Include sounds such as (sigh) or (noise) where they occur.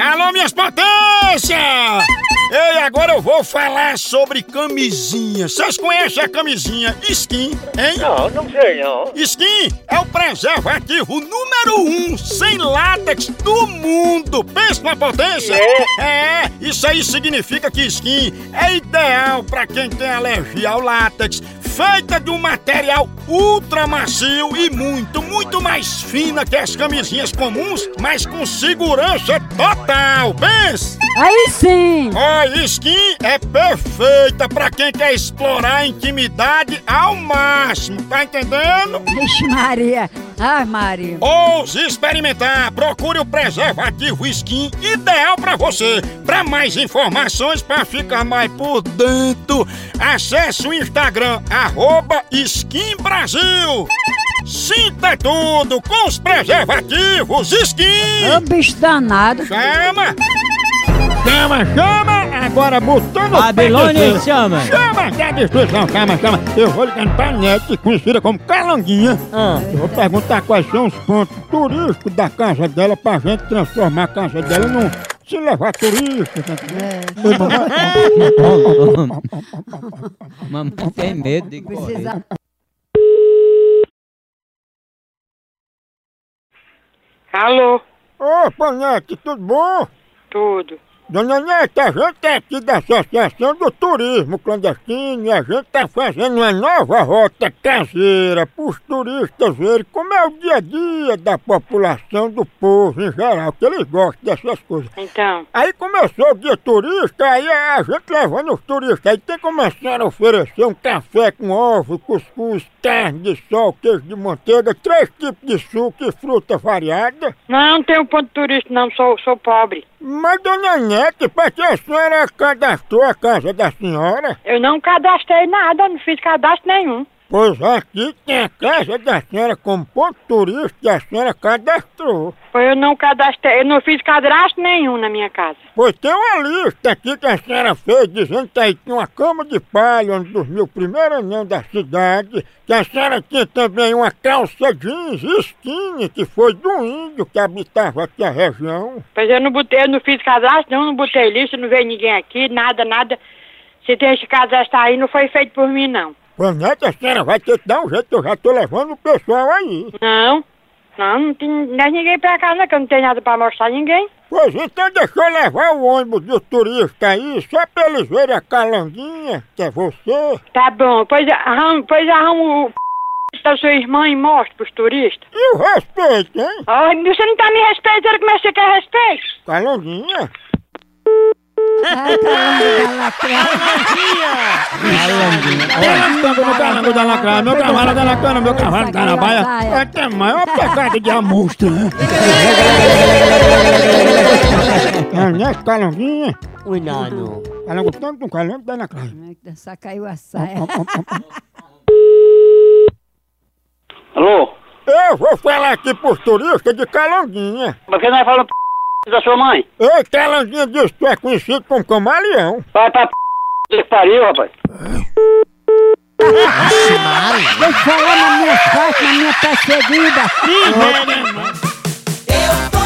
Atenção, minhas potências! Ei, agora eu vou falar sobre camisinha. Vocês conhecem a camisinha skin, hein? Não, não sei não. Skin é o preservativo número um sem látex do mundo. Pensa na potência? É. isso aí significa que skin é ideal pra quem tem alergia ao látex, feita de um material ultra macio e muito, muito mais fina que as camisinhas comuns, mas com segurança total. Pensa! Aí sim! A skin é perfeita pra quem quer explorar a intimidade ao máximo, tá entendendo? Vixe Maria! Ai, Maria! Ou se experimentar, procure o preservativo skin ideal pra você. Pra mais informações, pra ficar mais por dentro, acesse o Instagram, arroba Skin Brasil. Sinta tudo com os preservativos Ô skin. É um bicho danado! Chama! Chama, chama! Agora botando o pé Babilônia no chão. chama. Chama da destruição, chama, chama. Eu vou ligando pra NET, conhecida como Calanguinha. Ah. Eu vou perguntar quais são os pontos turísticos da casa dela pra gente transformar a casa dela num... Se levar turista, tá entendendo? Mamãe tem medo de correr. Precisa... Alô, Opa, Nete, tudo bom? tudo. Dona Nete, a gente é aqui da Associação do Turismo Clandestino e a gente tá fazendo uma nova rota caseira pros turistas verem como é o dia a dia da população, do povo em geral, que eles gostam dessas coisas. Então, Aí começou o dia turista, aí a gente levando os turistas, aí tem como a senhora oferecer um café com ovo, cuscuz, carne de sol, queijo de manteiga, três tipos de suco e fruta variada. não, não tenho ponto turista, não, sou, sou pobre. Mas, dona Nete, pra que a senhora cadastrou a casa da senhora? Eu não cadastrei nada, não fiz cadastro nenhum. Pois aqui tem a casa da senhora como ponto turista e a senhora cadastrou. Foi eu não cadastrei, eu não fiz cadastro nenhum na minha casa. Pois tem uma lista aqui que a senhora fez dizendo que aí tinha uma cama de palha onde dormiu o primeiro anão da cidade, que a senhora tinha também uma calça jeans skinny que foi de um índio que habitava aqui a região. Pois eu não botei, eu não fiz cadastro nenhum, não botei lista, não veio ninguém aqui, nada, nada. Se tem esse cadastro aí, não foi feito por mim, não. Pois neta, a senhora vai ter que dar um jeito, eu já tô levando o pessoal aí. Não, não, não tem não é ninguém pra casa, que eu não tenho nada pra mostrar a ninguém. Pois então deixa eu levar o ônibus do turista aí, só pra eles verem a calanguinha, que é você. Tá bom, pois arramo, pois arramo o (laughs) p... da sua irmã e mostro pros turistas. E o respeito, hein? Ai, você não tá me respeitando, como é que você quer respeito? Calanguinha. Ai, caramba, galacrão! Meu cavalo da lacra, meu cavalo da lacra, meu cavalo da Sacanagem. labaia. É que é maior pecado de amostra, né? É, né, calanguinha? Ui, nano. Calango tanto, um calango da lacra. Só caiu a saia. Alô? Eu vou falar aqui pros turistas de calanguinha. Por que nós falamos é p... da sua mãe? Ei, calanguinha diz que tu é conhecido como camaleão. Vai pra p... que pariu, rapaz. Vem falar na minha sorte, na minha perseguida! Eu tô